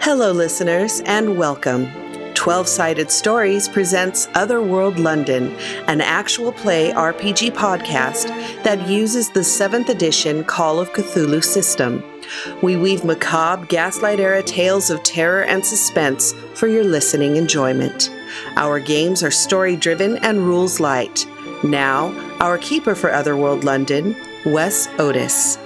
Hello, listeners, and welcome. 12 Sided Stories presents Otherworld London, an actual play RPG podcast that uses the 7th edition Call of Cthulhu system. We weave macabre, gaslight era tales of terror and suspense for your listening enjoyment. Our games are story driven and rules light. Now, our keeper for Otherworld London, Wes Otis.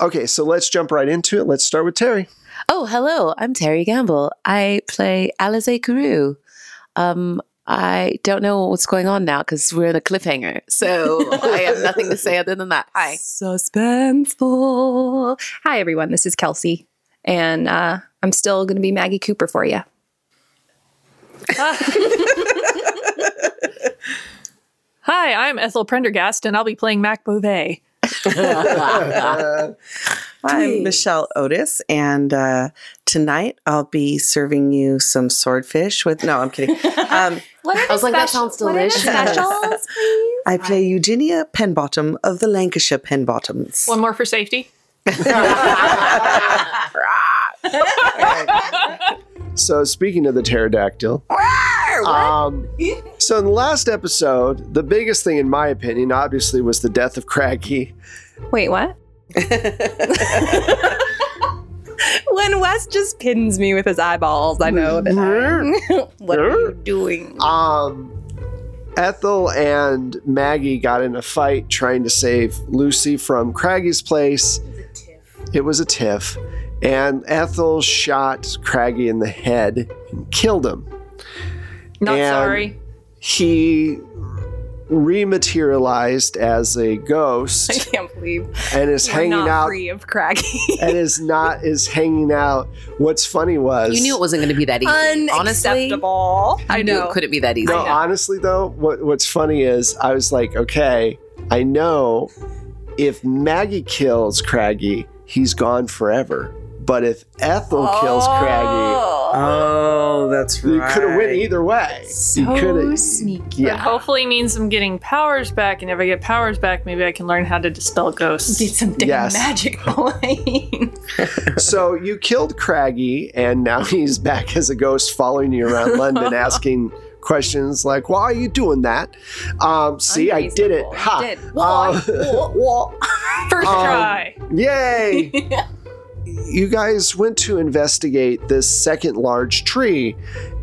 Okay, so let's jump right into it. Let's start with Terry. Oh, hello. I'm Terry Gamble. I play Alize Carew. Um, I don't know what's going on now because we're in a cliffhanger. So I have nothing to say other than that. Hi. Suspenseful. Hi, everyone. This is Kelsey, and uh, I'm still going to be Maggie Cooper for you. Hi, I'm Ethel Prendergast, and I'll be playing Mac Beauvais. I'm Michelle Otis, and uh, tonight I'll be serving you some swordfish with. No, I'm kidding. Um, What are I was like, that sounds delicious. specials? I play Eugenia Penbottom of the Lancashire Penbottoms. One more for safety. So, speaking of the pterodactyl, um, so in the last episode, the biggest thing, in my opinion, obviously, was the death of Craggy. Wait, what? when Wes just pins me with his eyeballs, I know that. I- what are you doing? Um, Ethel and Maggie got in a fight trying to save Lucy from Craggy's place. It was a tiff. And Ethel shot Craggy in the head and killed him. Not And- sorry. He rematerialized as a ghost. I can't believe and is we're hanging not out free of craggy. and is not is hanging out. What's funny was You knew it wasn't going to be that easy. Honestly, Unacceptable. I you knew it know. couldn't be that easy. No, honestly though, what what's funny is I was like, okay, I know if Maggie kills Craggy, he's gone forever. But if Ethel kills Craggy, Oh, that's you could have went either way. you could sneaky. It yeah. hopefully means I'm getting powers back, and if I get powers back, maybe I can learn how to dispel ghosts. some damn Yes. magic going. So you killed Craggy, and now he's back as a ghost, following you around London, asking questions like, "Why are you doing that?" Um, see, I did it. Unreasonable. Ha. You did. Wah, Um, wah. First Um, try. Yay! you guys went to investigate this second large tree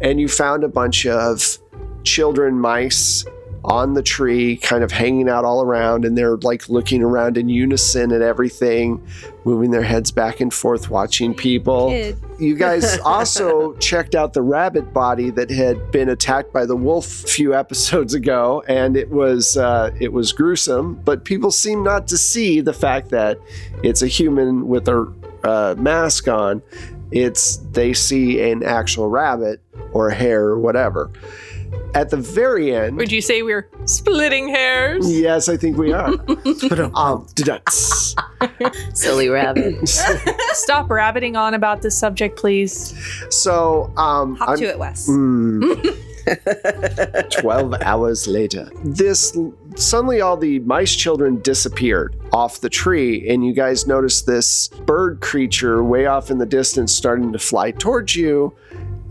and you found a bunch of children mice on the tree, kind of hanging out all around, and they're like looking around in unison and everything, moving their heads back and forth, watching people. Kid. You guys also checked out the rabbit body that had been attacked by the wolf a few episodes ago, and it was uh, it was gruesome. But people seem not to see the fact that it's a human with a uh, mask on. It's they see an actual rabbit or hair or whatever. At the very end, Would you say we're splitting hairs? yes, I think we are. um, Silly rabbit. Stop rabbiting on about this subject, please. so um, Hop I'm- to it, Wes. Mm. 12 Hmm. hours later. This suddenly all the mice children disappeared off the tree and you guys noticed this bird creature way off in the distance starting to fly towards you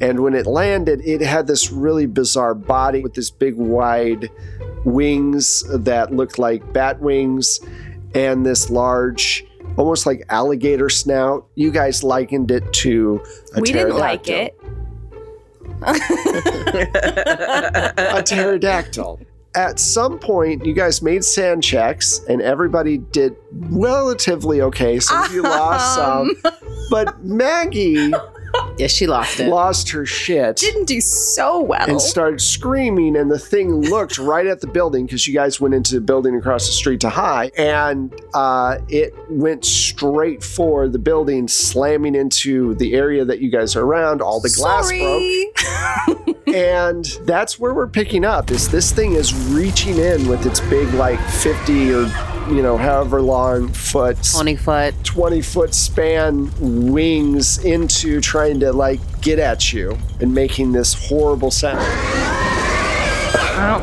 and when it landed it had this really bizarre body with this big wide wings that looked like bat wings and this large almost like alligator snout you guys likened it to a we didn't like pterodactyl. it. a pterodactyl. At some point, you guys made sand checks, and everybody did relatively okay. Some of you lost Um, some, Um. but Maggie yeah, she lost it. lost her shit Didn't do so well. and started screaming. And the thing looked right at the building because you guys went into the building across the street to hide, and uh, it went straight for the building, slamming into the area that you guys are around. All the glass broke. Sorry. And that's where we're picking up is this thing is reaching in with its big like 50 or you know, however long foot, 20 foot. 20 foot span wings into trying to like get at you and making this horrible sound. I don't,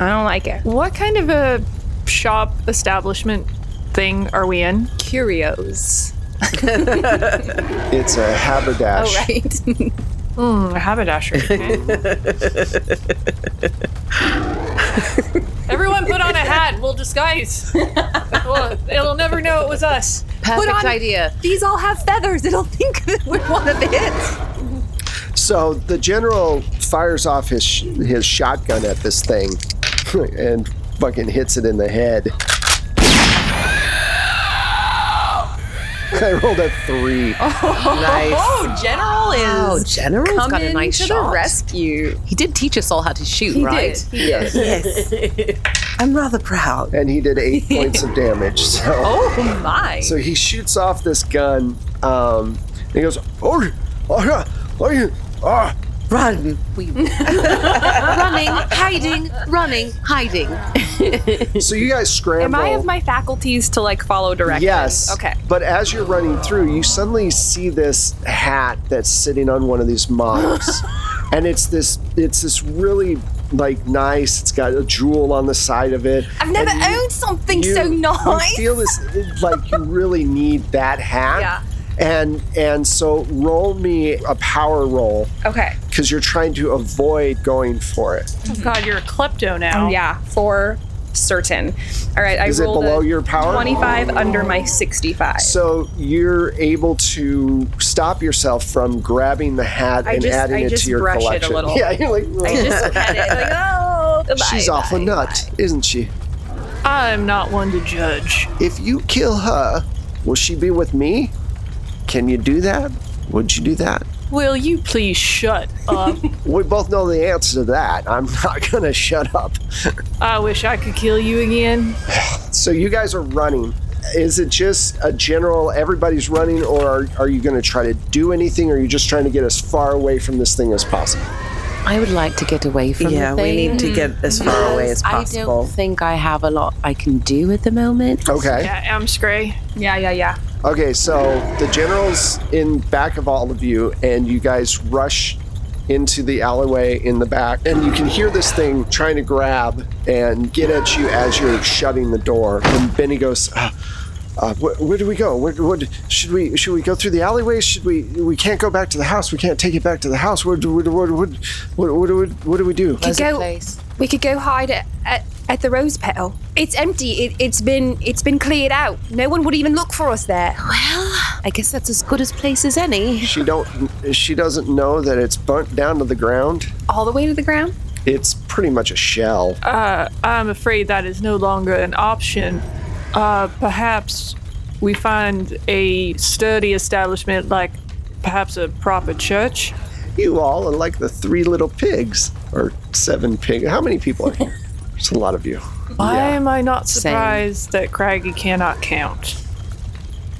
I don't like it. what kind of a shop establishment thing are we in? Curios. It's a haberdash. Right. Mm, a haberdasher. Everyone put on a hat. We'll disguise. Well, it'll never know it was us. Perfect on- idea. These all have feathers. It'll think that we're one of it. So the general fires off his sh- his shotgun at this thing and fucking hits it in the head. I rolled a three. Nice. Oh, General Oh, is General's got a coming nice to shot. the rescue. He did teach us all how to shoot, He right? did. He did. Yes. I'm rather proud. And he did eight points of damage. So. Oh my. So he shoots off this gun. Um, and he goes, oh, oh, yeah, oh, yeah, ah. Run. Running, hiding, running, hiding. So you guys scramble. Am I of my faculties to like follow directions? Yes. Okay. But as you're running through, you suddenly see this hat that's sitting on one of these models, and it's this it's this really like nice. It's got a jewel on the side of it. I've never And you- owned something you- so you nice. feel this like you really need that hat. Yeah. And and so roll me a power roll okay. because you're trying to avoid going for it. Oh God, you're a klepto Oh, now. Oh, Yeah, for certain. All right, I Is it rolled below a your power? 25 under my 65. So you're able to stop yourself from grabbing the hat I and just- adding I it just to your brush it a collection. little. Yeah, you're like, I just had it like, oh, goodbye, she's off bye, a nut, isn't she? I'm not one to judge. If you kill her, will she be with me? Can you do that? Would you do that? Will you please shut up? We both know the answer to that. I'm not gonna shut up. I wish I could kill you again. So you guys are running. Is it just a general everybody's running, or are, are you gonna try to do anything, or are you just trying to get as far away from this thing as possible? I would like to get away from Yeah, the we thing. need to get as far away as I don't possible. think I have a lot I can do at the moment. Okay. Yeah, I'm Scray. Yeah, yeah, yeah. Okay, so the general's in back of all of you, and you guys rush into the alleyway in the back, and you can hear this thing trying to grab and get at you as you're shutting the door. And Benny goes, uh, uh, wh- "Where do we go? Where, what should we? Should we go through the alleyway? Should we? We can't go back to the house. We can't take it back to the house. What? do- What? What? What? What, what, do we- what do we do?" There's a go- place. We could go hide at, at, at the rose petal. It's empty. It, it's been it's been cleared out. No one would even look for us there. Well, I guess that's as good a place as any. She don't. She doesn't know that it's burnt down to the ground. All the way to the ground? It's pretty much a shell. Uh, I'm afraid that is no longer an option. Uh, perhaps we find a sturdy establishment like perhaps a proper church. You all are like the three little pigs, or seven pig. How many people are here? It's a lot of you. Why am I not Same. surprised that Craggy cannot count?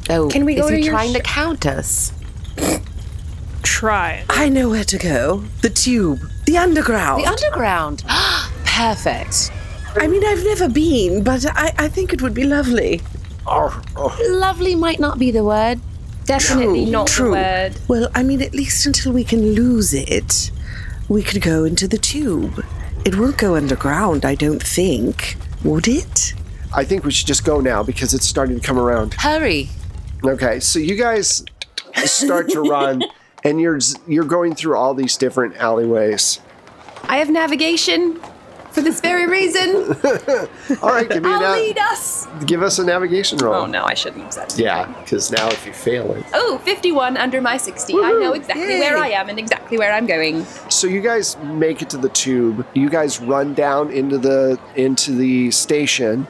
Oh, Can we go is to he your trying sh- to count us? Try it. I know where to go. The tube. The underground. The underground. Perfect. I mean, I've never been, but I, I think it would be lovely. Oh, oh. Lovely might not be the word. Definitely not true. the word. Well, I mean, at least until we can lose it, we could go into the tube. It will go underground, I don't think. Would it? I think we should just go now because it's starting to come around. Hurry. Okay, so you guys start to run, and you're you're going through all these different alleyways. I have navigation for this very reason. All right, give me a I'll nav- lead us. give us a navigation roll. Oh no, I shouldn't have said that. Yeah, because now if you fail it. Oh, 51 under my 60. I know exactly where I am and exactly where I'm going. So you guys make it to the tube. You guys run down into the into the station,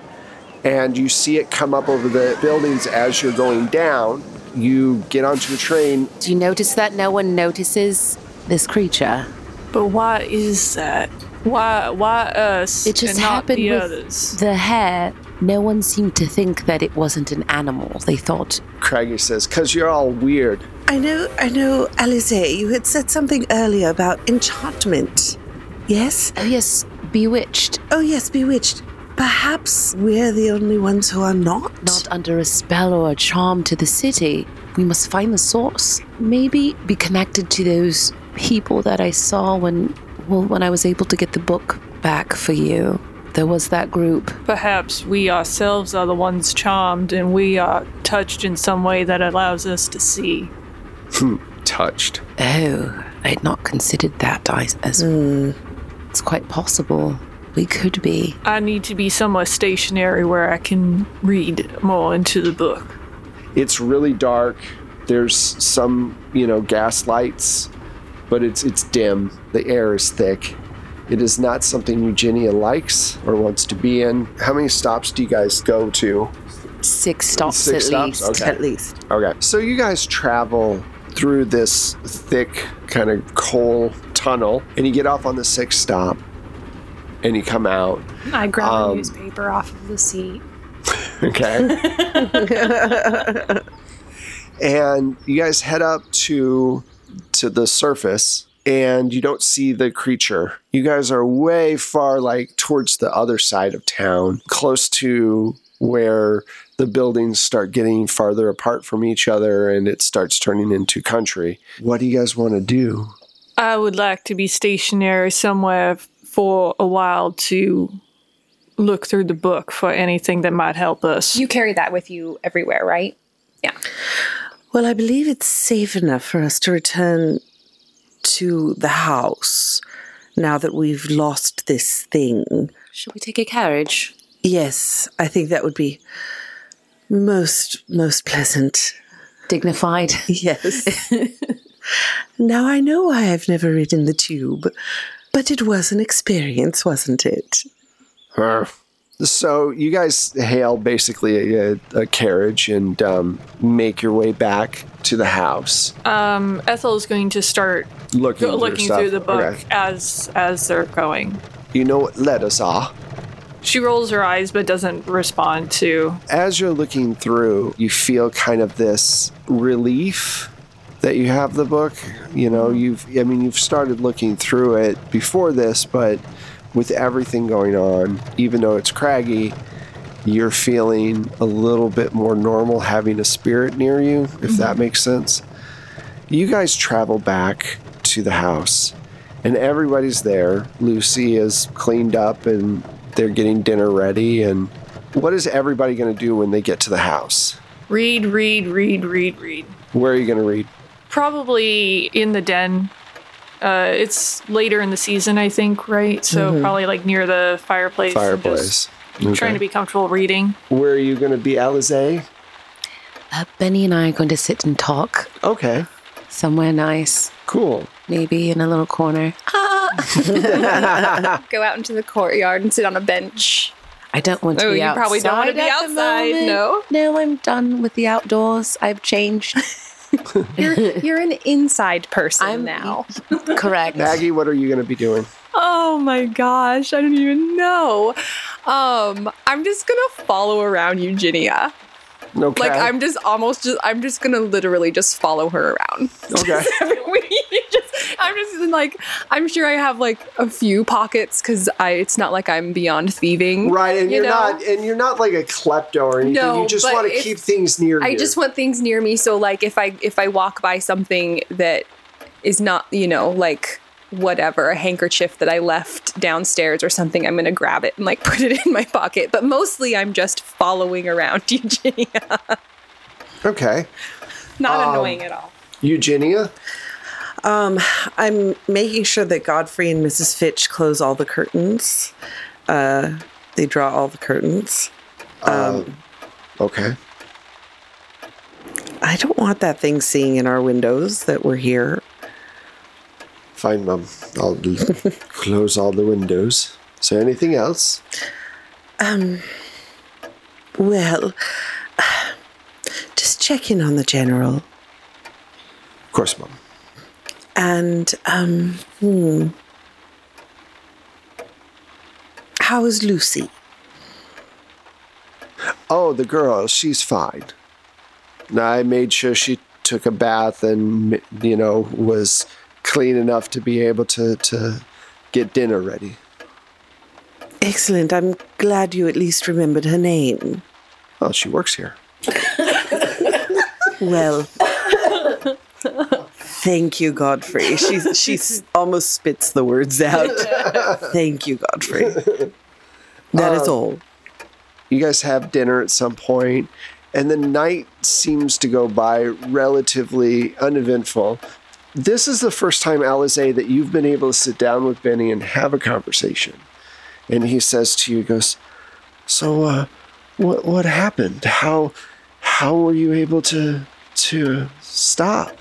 and you see it come up over the buildings as you're going down. You get onto a train. Do you notice that no one notices this creature? But why is that? Why why us It just and not happened the with others? the hair. No one seemed to think that it wasn't an animal. They thought Craggy says, "Cause you're all weird." I know, I know, Alice, you had said something earlier about enchantment. Yes? Oh yes, bewitched. Oh, yes, bewitched. Perhaps we're the only ones who are not. Not under a spell or a charm to the city. We must find the source. Maybe be connected to those people that I saw when well, when I was able to get the book back for you. There was that group. Perhaps we ourselves are the ones charmed and we are touched in some way that allows us to see. Hmm, Touched. Oh, I had not considered that I- as it's quite possible. We could be. I need to be somewhere stationary where I can read more into the book. It's really dark. There's some, you know, gas lights, but it's it's dim. The air is thick. It is not something Eugenia likes or wants to be in. How many stops do you guys go to? Six stops Six at stops? least. Okay. At least. Okay. So you guys travel through this thick kind of coal tunnel and you get off on the sixth stop and you come out. I grab Um, a newspaper off of the seat. Okay. and you guys head up to to the surface and you don't see the creature. You guys are way far like towards the other side of town, close to where the buildings start getting farther apart from each other and it starts turning into country. What do you guys want to do? I would like to be stationary somewhere f- for a while to look through the book for anything that might help us. You carry that with you everywhere, right? Well, I believe it's safe enough for us to return to the house now that we've lost this thing. Should we take a carriage? Yes, I think that would be most, most pleasant. Dignified. Yes. now I know why I've never ridden the tube, but it was an experience, wasn't it? So you guys hail basically a, a carriage and um, make your way back to the house. Um, Ethel's going to start looking, go- through, looking stuff. through the book Okay. as as they're going. You know what letters are. She rolls her eyes but doesn't respond to. As you're looking through, you feel kind of this relief that you have the book. You know, Mm-hmm. you've I mean you've started looking through it before this, but with everything going on, even though it's craggy, you're feeling a little bit more normal having a spirit near you, if Mm-hmm. that makes sense. You guys travel back to the house, and everybody's there. Lucy is cleaned up, and they're getting dinner ready. And what is everybody going to do when they get to the house? Read, read, read, read, read. Where are you going to read? Probably in the den. Uh, it's later in the season, I think, right? So probably like near the fireplace. and just Mm-hmm. Fireplace. Okay. Trying to be comfortable reading. Where are you going to be, Alizé? Uh, Benny and I are going to sit and talk Okay, somewhere nice, cool. maybe in a little corner. Go out into the courtyard and sit on a bench. I don't want to Oh, be you outside. probably don't wanna be at the outside, moment. no? No, I'm done with the outdoors. I've changed. You're, you're an inside person I'm- now. Correct. Maggie, what are you going to be doing? Oh my gosh, I don't even know. Um, I'm just gonna follow around Eugenia. Okay. Like I'm just almost just I'm just gonna literally just follow her around. Okay. just, I'm just in, like I'm sure I have like a few pockets because I it's not like I'm beyond thieving. Right, and you you are know? not, and you're not like a klepto or anything. No, you just but want to if- keep things near you. I just want things near me so like if I if I walk by something that is not, you know, like whatever, a handkerchief that I left downstairs or something, I'm gonna grab it and like put it in my pocket. But mostly I'm just following around Eugenia. Okay, Not annoying at all. Eugenia. I'm making sure that Godfrey and Mrs. Fitch close all the curtains. Uh, they draw all the curtains. Okay. I don't want that thing seeing in our windows that we're here. Fine, Mum. I'll l- close all the windows. So, anything else? Well, just check in on the general. Of course, Mum. And, um, hmm. How is Lucy? Oh, the girl. She's fine. I made sure she took a bath and you know was clean enough to be able to to get dinner ready. Excellent. I'm glad you at least remembered her name. Oh, she works here. Well, thank you, Godfrey. She's she s- almost spits the words out. thank you, Godfrey. That is all. You guys have dinner at some point, and the night seems to go by relatively uneventful. This is the first time, Alize, that you've been able to sit down with Benny and have a conversation. And he says to you, he goes, So, uh, what, what happened? How, how were you able to, to stop?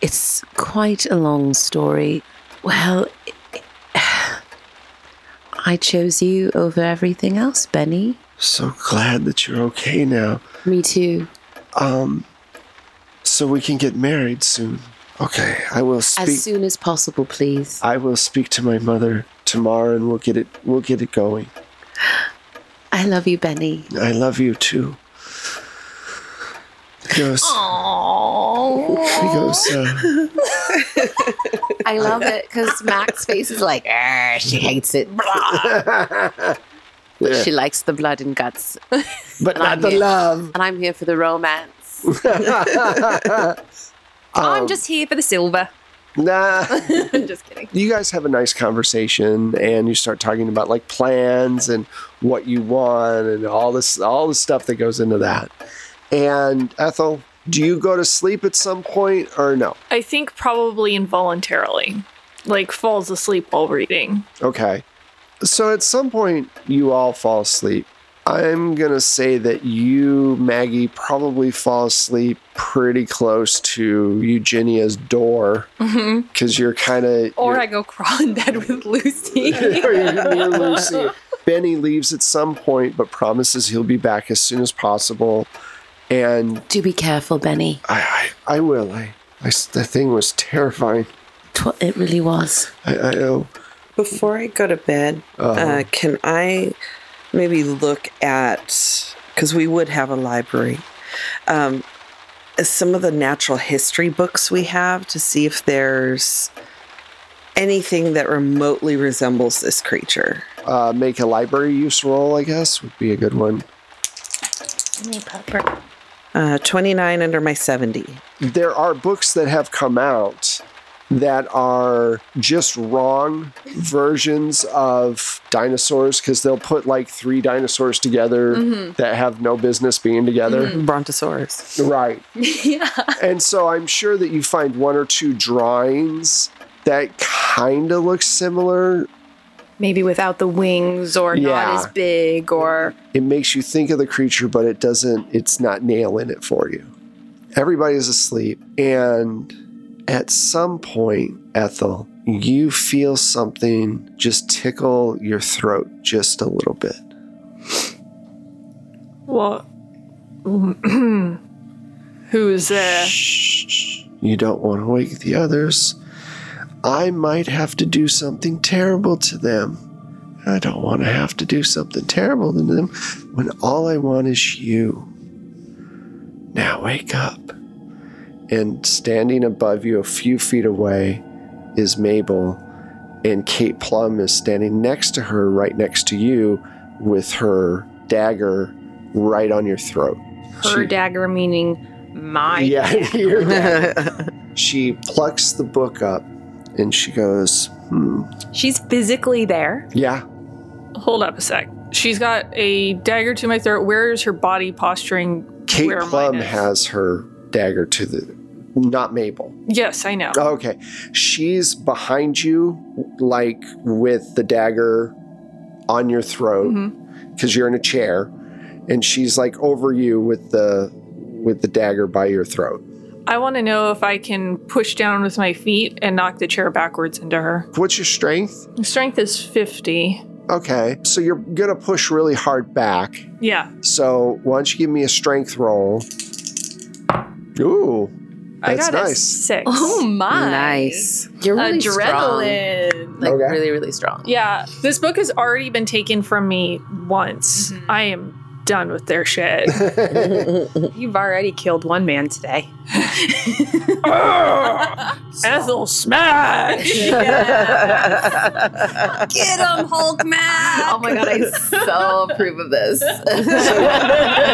It's quite a long story. Well, I chose you over everything else, Benny. So glad that you're okay now. Me too. So we can get married soon. Okay, I will As speak. soon as possible, please. I will speak to my mother tomorrow and we'll get it we'll get it going. I love you, Benny. I love you too. He goes He goes uh, I love it because Mac's face is like, "Arr, she hates it. uh, yeah, She likes the blood and guts. but not the here. love. And I'm here for the romance. I'm just here for the silver. Nah. I'm just kidding. You guys have a nice conversation and you start talking about like plans and what you want and all this all the stuff that goes into that. And Ethel, do you go to sleep at some point or no? I think probably involuntarily, like falls asleep while reading. Okay. So at some point, you all fall asleep. I'm going to say that you, Maggie, probably fall asleep pretty close to Eugenia's door because you're kind of. Or I go crawl in bed with Lucy. near Lucy. Benny leaves at some point, but promises he'll be back as soon as possible. And Do be careful, Benny. I, I, I will. I, I s- the thing was terrifying. Tw- it really was. I, I oh, Before I go to bed, uh, can I maybe look at because we would have a library, um, some of the natural history books we have to see if there's anything that remotely resembles this creature. uh, make a library use roll, I guess, would be a good one. Uh, Twenty nine under my seventy. there are books that have come out that are just wrong versions of dinosaurs because they'll put like three dinosaurs together that have no business being together. Brontosaurus. Right. yeah. And so I'm sure that you find one or two drawings that kind of look similar. Maybe without the wings or Yeah. not as big or It makes you think of the creature, but it doesn't, it's not nailing it for you. Everybody's asleep. And at some point, Ethel, you feel something just tickle your throat just a little bit. What? Who's there? You don't want to wake the others. I might have to do something terrible to them. I don't want to have to do something terrible to them when all I want is you. Now wake up. And standing above you a few feet away is Mabel, and Kate Plum is standing next to her, right next to you, with her dagger right on your throat. her She- dagger meaning mine. yeah, you're dead. she plucks the book up and she goes, hmm, She's physically there. Yeah, Hold up a sec. She's got a dagger to my throat. Where is her body posturing? Kate where mine Plum is? has her dagger to the. Not Mabel. Yes, I know. Okay. She's behind you, like with the dagger on your throat, because you're in a chair, and she's like over you with the with the dagger by your throat. I want to know if I can push down with my feet and knock the chair backwards into her. What's your strength? Strength is 50. Okay. So you're gonna push really hard back, Yeah. So why don't you give me a strength roll? Ooh, I that's got a nice. six. Oh my. Nice. You're really strong. Adrenaline. Like, Okay. really, really strong. Yeah, this book has already been taken from me once. Mm-hmm. I am done with their shit. You've already killed one man today. Ethel smash. Get him, Hulk man. Oh my god, I so approve of this.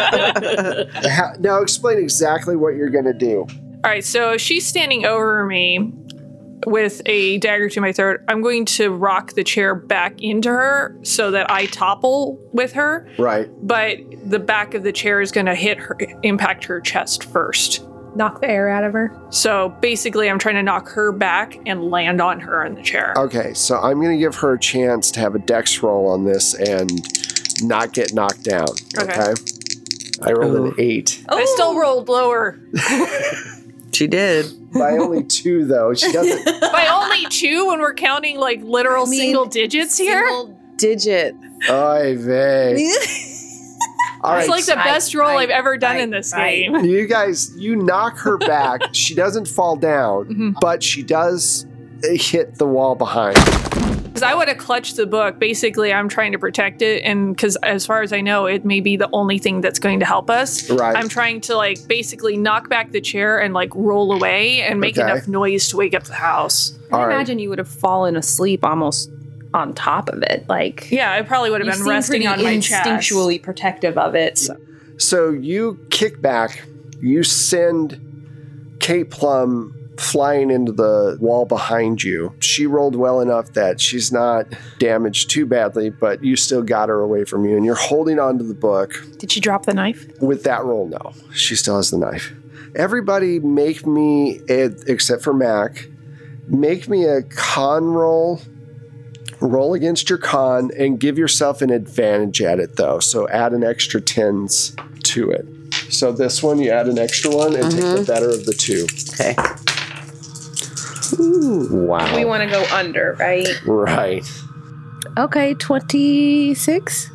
Ha- Now explain exactly what you're gonna do. All right, so she's standing over me with a dagger to my throat. I'm going to rock the chair back into her so that I topple with her, Right. but the back of the chair is going to hit her, impact her chest first. Knock the air out of her. So basically, I'm trying to knock her back and land on her in the chair. Okay, so I'm gonna give her a chance to have a dex roll on this and not get knocked down. Okay. Okay. I rolled an eight. I Oh. still rolled lower She did. By only two though. She doesn't by only two when we're counting like literal I mean, single digits here. Single digit. Oy vey. All it's right. like the right, best roll right, I've ever done right, in this right. game. so you guys, you knock her back. she doesn't fall down, Mm-hmm. but she does hit the wall behind. Because I would have clutched the book. Basically, I'm trying to protect it, and because as far as I know, it may be the only thing that's going to help us. Right. I'm trying to like basically knock back the chair and like roll away and make Okay. enough noise to wake up the house. All I right. imagine you would have fallen asleep almost on top of it. Like Yeah, I probably would you have been seem resting pretty on my chest. instinctually protective of it. so- So you kick back, you send Kate Plum flying into the wall behind you. She rolled well enough that she's not damaged too badly, but you still got her away from you and you're holding onto the book. Did she drop the knife? With that roll, no. She still has the knife. Everybody make me, eh, except for Mac, make me a con roll. Roll against your con and give yourself an advantage at it though. So add an extra 10s to it. So this one, you add an extra one and take Mm-hmm. the better of the two. Okay. Wow. We want to go under, right? right. Okay, 26.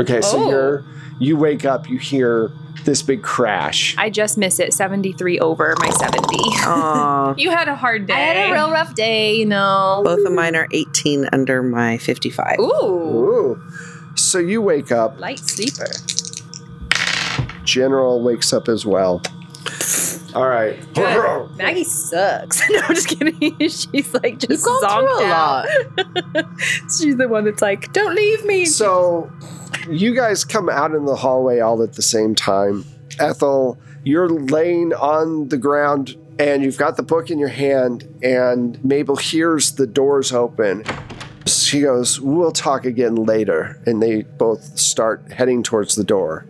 Okay, so Oh. you're you wake up, you hear this big crash. I just miss it. 73 over my 70. Aw. you had a hard day. I had a real rough day, you know. Both of mine are 18 under my 55. Ooh, Ooh. So you wake up. light sleeper. General wakes up as well. All right. Maggie sucks. no, I'm just kidding. She's like just You've gone zonked through a out. lot. She's the one that's like, don't leave me. So you guys come out in the hallway all at the same time. Ethel, you're laying on the ground and you've got the book in your hand, and Mabel hears the doors open. She goes, We'll talk again later. And they both start heading towards the door.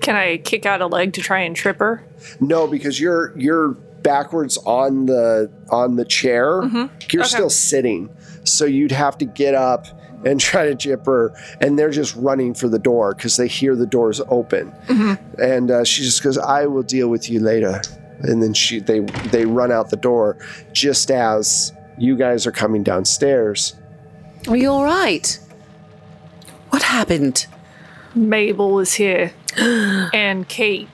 Can I kick out a leg to try and trip her? No, because you're you're backwards on the on the chair. Mm-hmm. You're still sitting, so you'd have to get up and try to jip her, and they're just running for the door because they hear the doors open, Mm-hmm. and uh, she just goes, "I will deal with you later," and then she they they run out the door just as you guys are coming downstairs. Are you all right? What happened? Mabel was here, and Kate.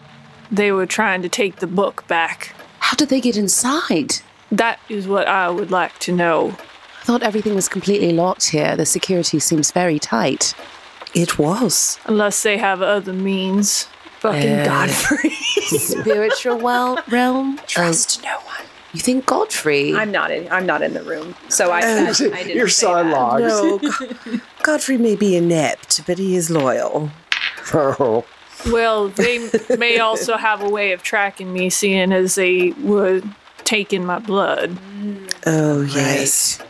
They were trying to take the book back. How did they get inside? That is what I would like to know. I thought everything was completely locked here. The security seems very tight. It was. Unless they have other means. Fucking Godfrey. Spiritual well realm. Trust no one. You think Godfrey? I'm not in. I'm not in the room, so I. I, I didn't Your say son that. logs. No, Go- Godfrey may be inept, but he is loyal. well, they may also have a way of tracking me, seeing as they were taking my blood, Oh, yes.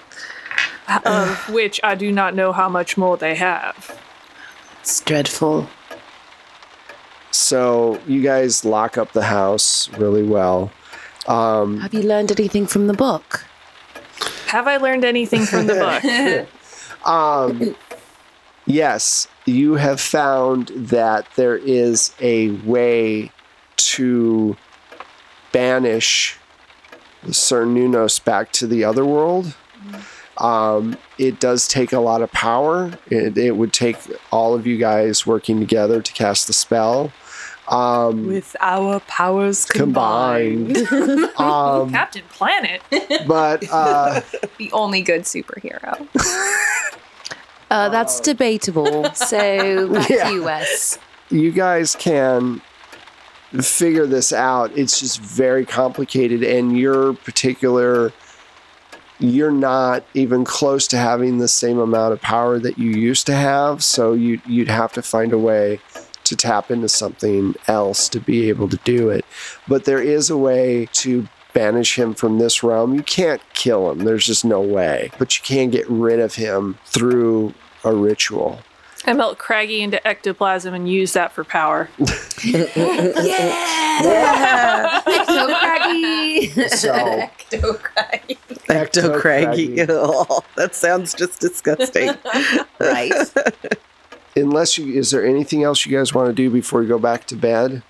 of which I do not know how much more they have. It's dreadful. so you guys lock up the house really well. Have you learned anything from the book? Have I learned anything from the book? Um, Yes, you have found that there is a way to banish Sir Nunos back to the other world. Um, it does take a lot of power. It, it would take all of you guys working together to cast the spell Um, With our powers combined. um, Captain Planet. but uh, The only good superhero. Uh, that's debatable. So back Yeah. to you, Wes. you guys can figure this out. It's just very complicated, and your particular you're not even close to having the same amount of power that you used to have. So you you'd have to find a way to tap into something else to be able to do it. But there is a way to banish him from this realm. You can't kill him. There's just no way. But you can get rid of him through a ritual. I melt Craggy into ectoplasm and use that for power. So craggy. So Ecto Craggy. Oh, that sounds just disgusting. right. unless you is there anything else you guys want to do before you go back to bed?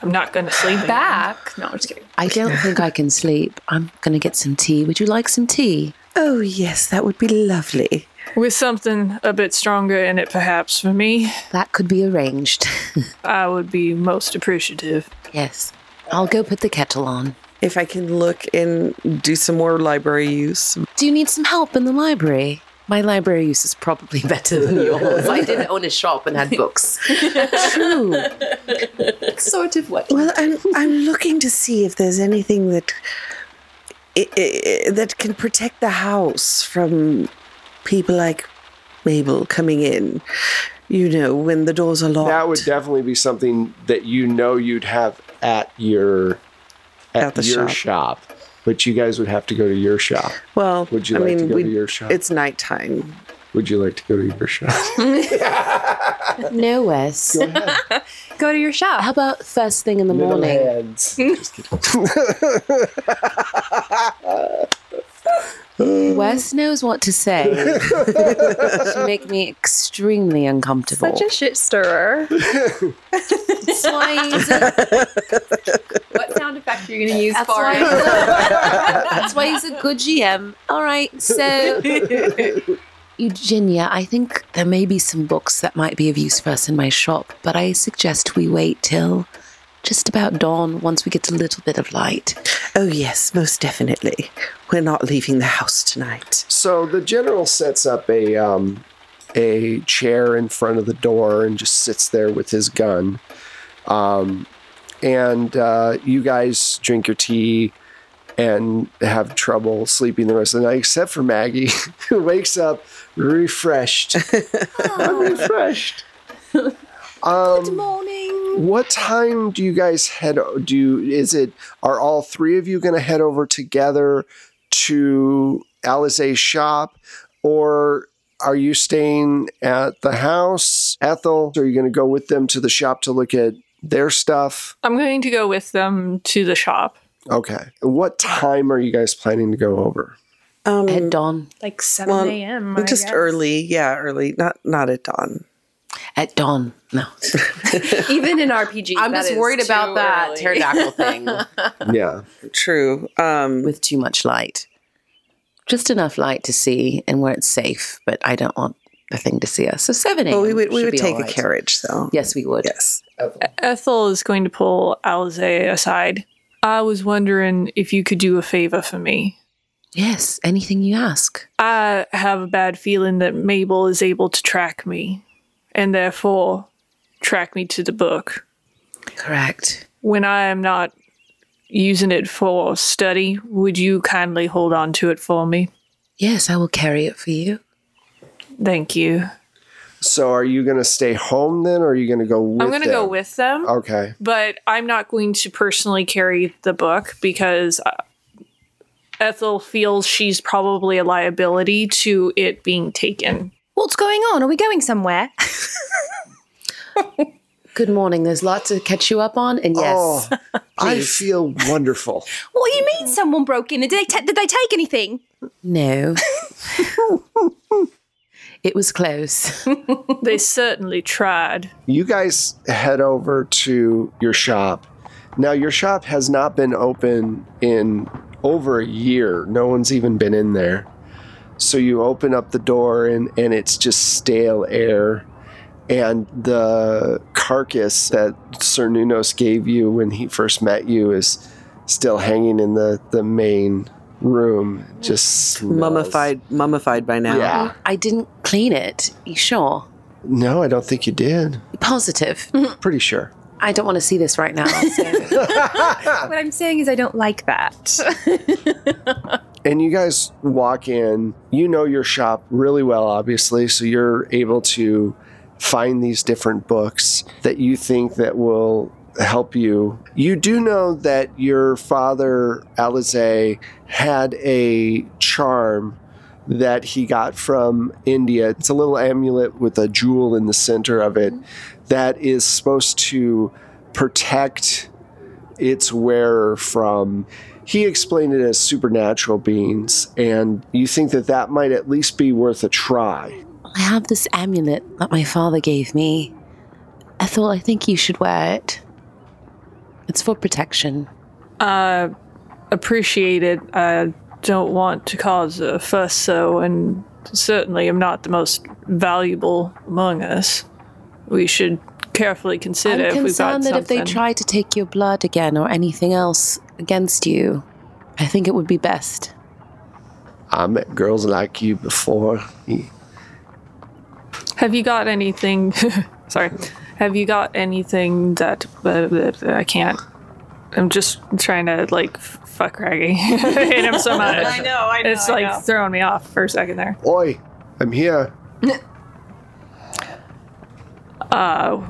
I'm not going to sleep. Back. No, I'm just kidding. I don't think I can sleep. I'm gonna get some tea. Would you like some tea? oh, yes, that would be lovely. With something a bit stronger in it, perhaps, for me, That could be arranged. I would be most appreciative. yes. I'll go put the kettle on. If I can look and do some more library use. Do you need some help in the library? My library use is probably better than yours. I didn't own a shop and had books. True. Sort of what? Well, I'm I'm looking to see if there's anything that i- i- i- that can protect the house from people like Mabel coming in. You know, when the doors are locked. That would definitely be something that you know you'd have at your at, At the your shop. But you guys would have to go to your shop. well, Would you I like mean, to go we- to your shop? It's nighttime. Would you like to go to your shop? No, Wes. Go to your shop. How about first thing in the morning? Heads. Just kidding. Wes knows what to say to make me extremely uncomfortable. Such a shit stirrer. That's why I use a- what sound effect are you going to use that's for why it? he's a- that's why he's a good GM. All right, so Eugenia, I think there may be some books that might be of use for us in my shop, but I suggest we wait till just about dawn once we get a little bit of light. Oh yes, most definitely. We're not leaving the house tonight. so the general sets up a um, a chair in front of the door and just sits there with his gun. Um, and uh, you guys drink your tea and have trouble sleeping the rest of the night, except for Maggie, who wakes up refreshed. I'm "Oh, refreshed. Um, Good morning. What time do you guys head? o- Do you, is it? Are all three of you going to head over together to Alizé's shop, or are you staying at the house, Ethel? Are you going to go with them to the shop to look at their stuff? I'm going to go with them to the shop. Okay. What time are you guys planning to go over? Um, Mm. At dawn, Like 7 Well, a.m. I just guess. early, yeah, early. Not not at dawn. at dawn. No, Even in RPGs, I'm that just is worried too about that early. pterodactyl thing. Yeah. True. Um, with too much light. Just enough light to see and where it's safe, but I don't want the thing to see us. So 7 a.m. well, we would we should would be take all right. a carriage though. Yes, we would. Yes. Ethel is going to pull Alize aside. I was wondering if you could do a favor for me. Yes, anything you ask. I have a bad feeling that Mabel is able to track me and therefore track me to the book. Correct. When I am not using it for study, would you kindly hold on to it for me? Yes, I will carry it for you. Thank you. So are you going to stay home then, or are you going to go with I'm going to go them? Uh, with them. Okay. but I'm not going to personally carry the book because uh, Ethel feels she's probably a liability to it being taken. What's going on? Are we going somewhere? Good morning. There's lots to catch you up on, and yes, Oh, I feel wonderful. what do you Mm. mean someone broke in? Did they, ta- did they take anything? no. it was close. They certainly tried. you guys head over to your shop. Now, your shop has not been open in over a year. No one's even been in there. So you open up the door and, and it's just stale air. And the carcass that Sir Nunos gave you when he first met you is still hanging in the, the main room. Just smells. Mummified mummified by now. Yeah. I didn't clean it. You sure? No, I don't think you did. Positive. Pretty sure. I don't want to see this right now. so- Ah. What I'm saying is I don't like that. And you guys walk in, you know your shop really well, obviously, so you're able to find these different books that you think that will help you. You do know that your father, Alize, had a charm that he got from India. It's a little amulet with a jewel in the center of it that is supposed to protect its wearer from. He explained it as supernatural beings, and you think that that might at least be worth a try. I have this amulet that my father gave me. I thought I think you should wear it. It's for protection. Uh, appreciate it. I don't want to cause a fuss, so, and certainly am not the most valuable among us. We should carefully I'm consider if we've got concerned that something. if they try to take your blood again or anything else against you, I think it would be best. I met girls like you before. Have you got anything? sorry. Have you got anything that blah, blah, blah, I can't? I'm just trying to like f- fuck Raggy, and I'm so mad. I know, I know. It's like throwing me off for a second there. Oi, I'm here. Are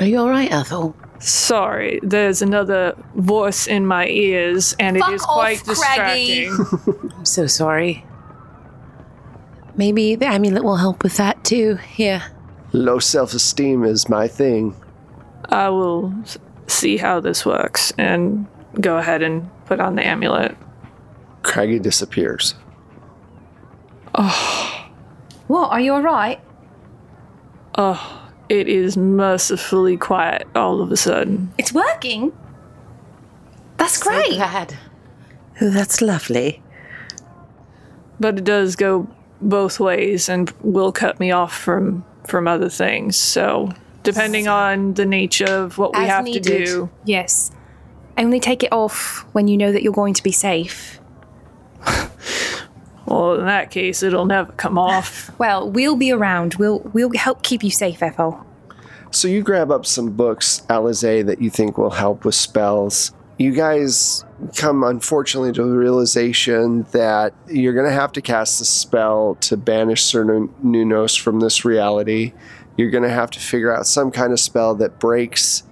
you all right, Ethel? Sorry, there's another voice in my ears, and it is quite distracting. I'm so sorry. Maybe the amulet will help with that too. Here. Low self esteem is my thing. I will s- see how this works and go ahead and put on the amulet. Craggy disappears. What? Are you all right? It is mercifully quiet all of a sudden. It's working. That's great. Glad. Oh, that's lovely. but it does go both ways and will cut me off from from other things so depending on the nature of what we As have to needed. do Yes. Only take it off when you know that you're going to be safe. well in that case it'll never come off Well, we'll be around. We'll we'll help keep you safe, Ethel. So you grab up some books, Alizé, that you think will help with spells. You guys come, unfortunately, to the realization that you're going to have to cast a spell to banish Sir Nu- Nunos from this reality. You're going to have to figure out some kind of spell that breaks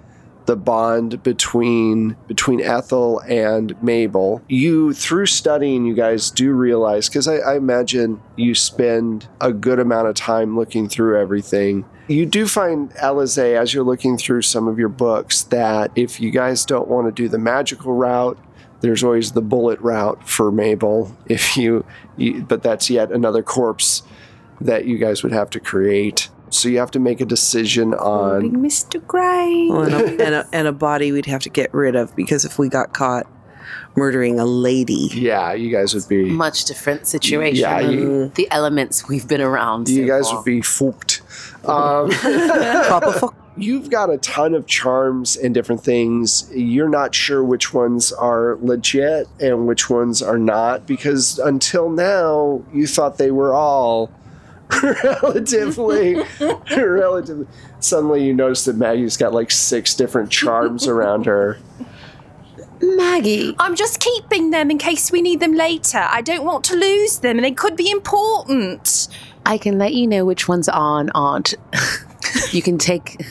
the bond between between Ethel and Mabel. You through studying, you guys do realize because I, I imagine you spend a good amount of time looking through everything. You do find Elize as you're looking through some of your books that if you guys don't want to do the magical route, there's always the bullet route for Mabel. If you, you but that's yet another corpse that you guys would have to create. So you have to make a decision on Mr. Gray. Well, and, a, and, a, and a body we'd have to get rid of because if we got caught murdering a lady, Yeah, you guys would be. Much different situation. Yeah, you- than the elements we've been around. you so guys far. would be fucked. Um, Papa fuck you've got a ton of charms and different things. You're not sure which ones are legit and which ones are not because until now you thought they were all relatively, relatively. Suddenly you notice that Maggie's got like six different charms around her. Maggie. I'm just keeping them in case we need them later. I don't want to lose them, and they could be important. I can let you know which ones are and aren't. you can take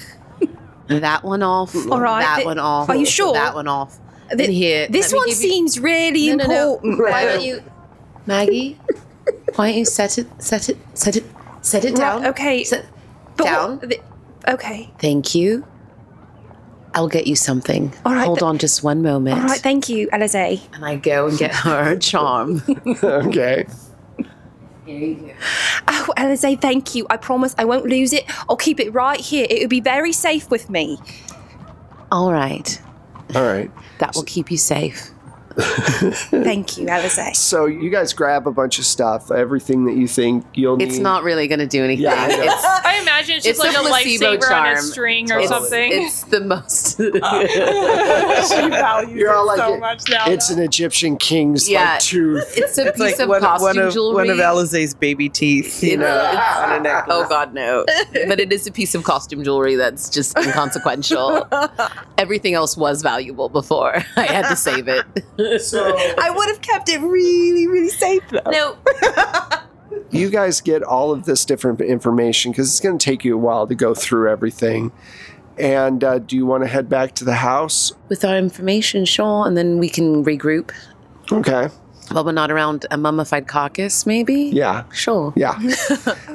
that one off. All right, That th- one off. are you sure? That one off. Th- Then here. This let me one give you- seems really No, no, no. important. Oh. Why don't you, Maggie? Why don't you set it, set it, set it, set it down? Right, okay. Set- But down. what- the- okay. Thank you. I'll get you something. All right, Hold but- on just one moment. All right. Thank you, Alize. and I go and get her a charm. okay. Oh, Alize, thank you. I promise I won't lose it. I'll keep it right here. It will be very safe with me. All right. All right. That will keep you safe. Mm. Thank you, Alize. So you guys grab a bunch of stuff, everything that you think you'll need. it's not really going to do anything. Yeah, I know. It's- i imagine it's just It's like a a placebo lightsaber on a charm. string or it's, something. it's the most. You're all like it- it's an Egyptian king's Yeah. like tooth. it's a piece of costume jewelry. Alize's baby teeth, you know, on a Oh necklace. God, no! But it is a piece of costume jewelry that's just inconsequential. Everything else was valuable before. I had to save it. So I would have kept it really, really safe though. No, you guys get all of this different information because it's going to take you a while to go through everything. And uh, do you want to head back to the house? with our information, sure, and then we can regroup. Okay. While we're not around a mummified carcass, maybe? Yeah. Sure. Yeah.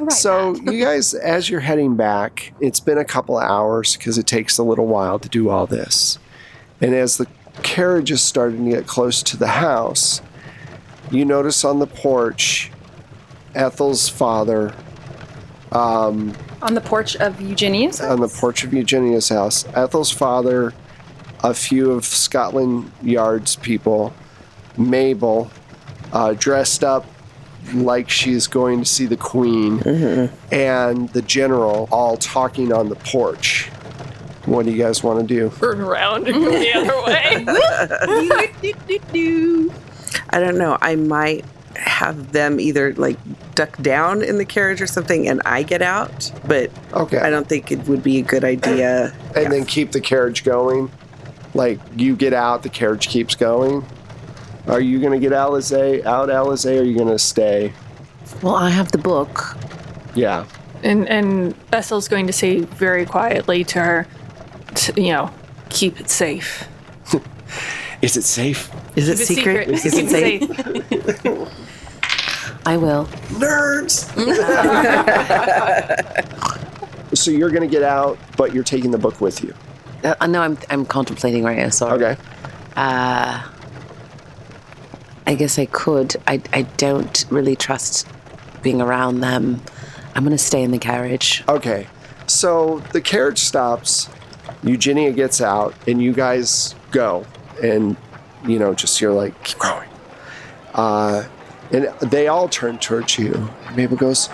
so you guys, as you're heading back, it's been a couple of hours because it takes a little while to do all this. And as the carriage is starting to get close to the house, you notice on the porch Ethel's father on the porch of Eugenia's. on the porch of Eugenia's house. Ethel's father, a few of Scotland Yard's people, Mabel, uh, dressed up like she's going to see the Queen, Mm-hmm. and the General all talking on the porch. What do you guys want to do? Turn around and go the other way. I don't know. I might have them either like duck down in the carriage or something and I get out, but Okay. I don't think it would be a good idea. and then keep the carriage going. Like you get out, the carriage keeps going. Are you going to get Alizé out, Alizé? Or are you going to stay? Well, I have the book. Yeah. And and Ethel's going to say very quietly to her, t- you know, keep it safe. Is it safe? Is it Keep secret? Is Keep it safe? I will. nerds. so you're going to get out, but you're taking the book with you. Uh, I know I'm, I'm contemplating right now, sorry. Okay. I guess I could. I, I don't really trust being around them. I'm going to stay in the carriage. Okay. So the carriage stops. Eugenia gets out, and you guys go, and you know, just you're like, keep going. Uh, and they all turn towards you. And Mabel goes,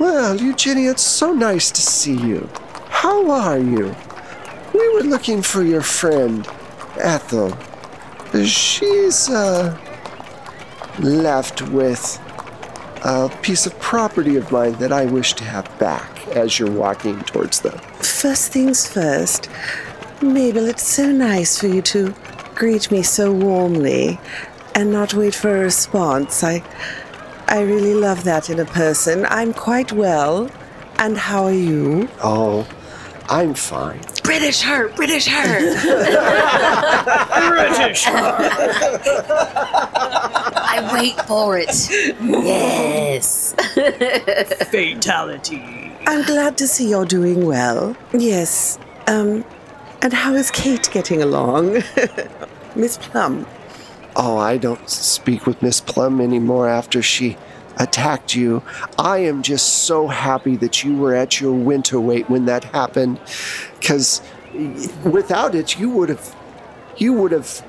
"Well, Eugenia, it's so nice to see you. How are you? We were looking for your friend, Ethel. She's uh, left with." a piece of property of mine that I wish to have back as you're walking towards them. First things first, Mabel, it's so nice for you to greet me so warmly and not wait for a response. I I really love that in a person. I'm quite well. And how are you? Oh, I'm fine. British her, British her. I wait for it. Yes. I'm glad to see you're doing well. Yes. Um and how is Kate getting along? Miss Plum. Oh, I don't speak with Miss Plum anymore after she attacked you. I am just so happy that you were at your winter weight when that happened, because without it, you would have, you would have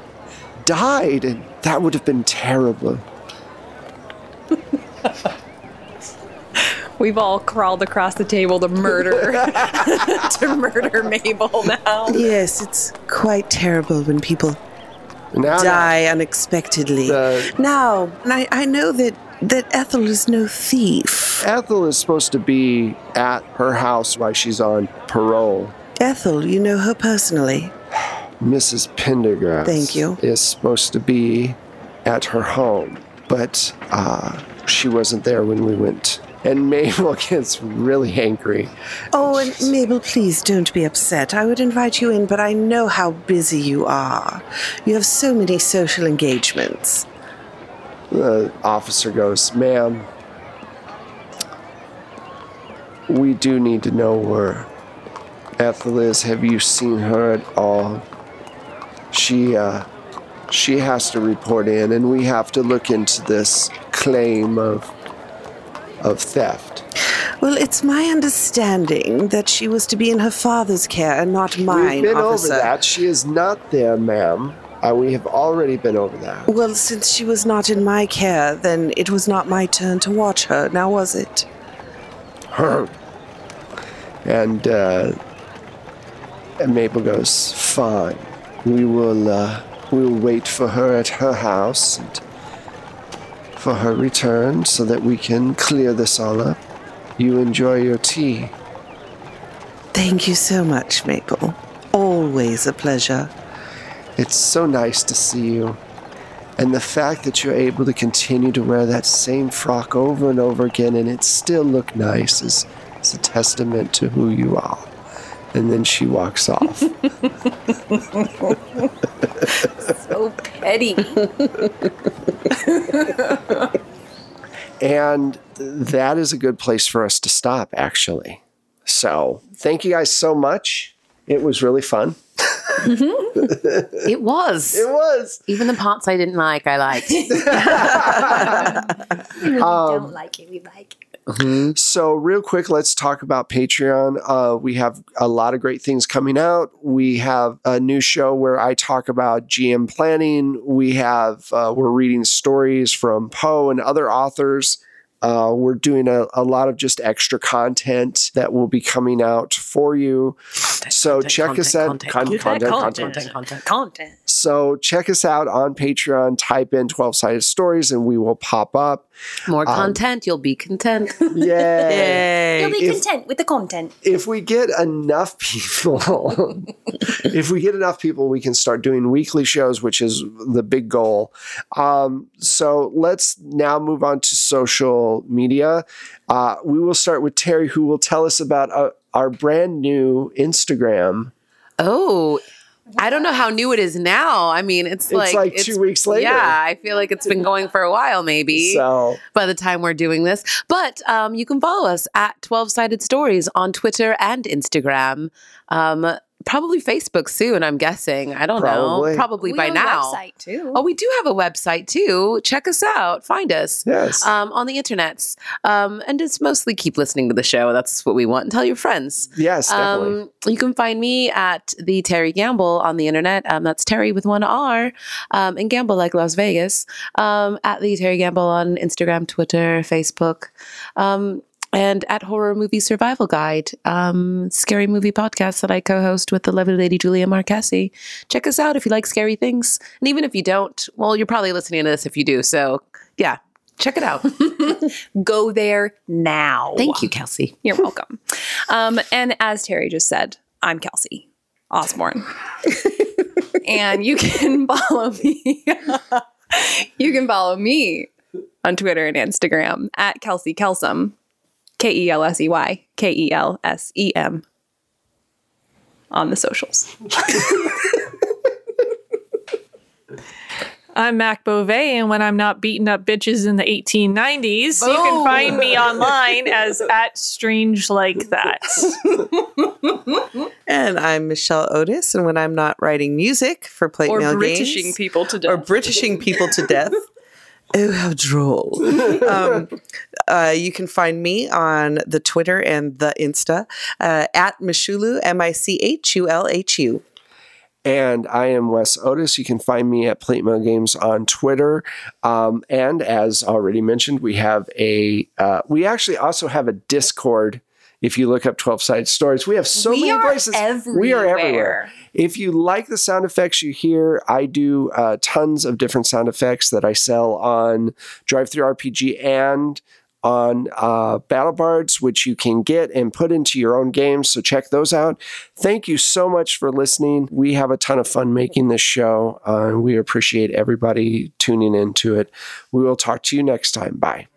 died, and that would have been terrible. We've all crawled across the table to murder to murder Mabel now. Yes, it's quite terrible when people Now, uh, die unexpectedly. The- now, I, I know that, that Ethel is no thief. Ethel is supposed to be at her house while she's on parole. Ethel, you know her personally. Mrs. Pendergrass. Thank you. Is supposed to be at her home, but uh, she wasn't there when we went. And Mabel gets really angry. Oh, and Mabel, please don't be upset. I would invite you in, but I know how busy you are. You have so many social engagements. The uh, officer goes, "Ma'am, we do need to know where Ethel is. Have you seen her at all? She, uh, she has to report in, and we have to look into this claim of, of theft." Well, it's my understanding that she was to be in her father's care and not mine, We've been officer. over that. She is not there, ma'am. Uh, we have already been over that. Well, since she was not in my care, then it was not my turn to watch her, now was it? Her. And, uh, and Mabel goes, fine. We will, uh, we will wait for her at her house and for her return so that we can clear this all up. You enjoy your tea. Thank you so much, Maple. Always a pleasure. It's so nice to see you. And the fact that you're able to continue to wear that same frock over and over again and it still look nice is, is a testament to who you are. And then she walks off. So petty. And that is a good place for us to stop, actually. So thank you guys so much. It was really fun. It was. It was. Even the parts I didn't like, I liked. don't like it. We like it. So, real quick, let's talk about Patreon. Uh, we have a lot of great things coming out. We have a new show where I talk about GM planning. We have uh, we're reading stories from Poe and other authors. Uh, we're doing a, a lot of just extra content that will be coming out for you. so check us out. Con- content, content, content. So check us out on Patreon. Type in twelve sided stories, and we will pop up. More Um, content, you'll be content. Yay! You'll be If- content with the content. if we get enough people, if we get enough people, we can start doing weekly shows, which is the big goal. Um, so let's now move on to social media. Uh, we will start with Terry, who will tell us about uh, our brand new Instagram. Oh, I don't know how new it is now. I mean, it's, It's like two weeks later. Yeah, I feel like it's been going for a while, maybe So by the time we're doing this. But um, you can follow us at 12 Sided Stories on Twitter and Instagram. Um, probably Facebook soon, I'm guessing. I don't Probably. know. Probably by now. Website too. Oh, we do have a website too. Check us out. Find us yes, um, on the internets. Um, and just mostly keep listening to the show. That's what we want. And tell your friends. yes, definitely. Um, you can find me at the Terry Gamble on the internet. Um, that's Terry with one R, um, and Gamble like Las Vegas. Um, at the Terry Gamble on Instagram, Twitter, Facebook, um, and at Horror Movie Survival Guide, um, scary movie podcast that I co-host with the lovely lady Julia Marcassi. Check us out if you like scary things, and even if you don't, well, you're probably listening to this if you do. So, yeah, check it out. Go there now. Thank you, Kelsey. You're welcome. um, and as Terry just said, I'm Kelsey Osborne. and you can follow me. you can follow me on Twitter and Instagram at Kelsey Kelsum. K E L S E Y K E L S E M on the socials. I'm Mac Beauvais, and when I'm not beating up bitches in the 1890s, you can find me online as at strange like that. And I'm Michelle Otis. And when I'm not writing music for plate mail games, people to or Britishing people to death. Oh, how droll. Um, uh, you can find me on the Twitter and the Insta uh, at Mishulu, M I C H U L H U. And I am Wes Otis. You can find me at Plate Mail Games on Twitter. Um, and as already mentioned, we have a uh, we actually also have a Discord. If you look up 12 Sided Stories, we have so many places. We are everywhere. If you like the sound effects you hear, I do uh, tons of different sound effects that I sell on Drive Through RPG and on uh, Battle Bards, which you can get and put into your own games. So check those out. Thank you so much for listening. We have a ton of fun making this show, uh, and we appreciate everybody tuning into it. We will talk to you next time. Bye.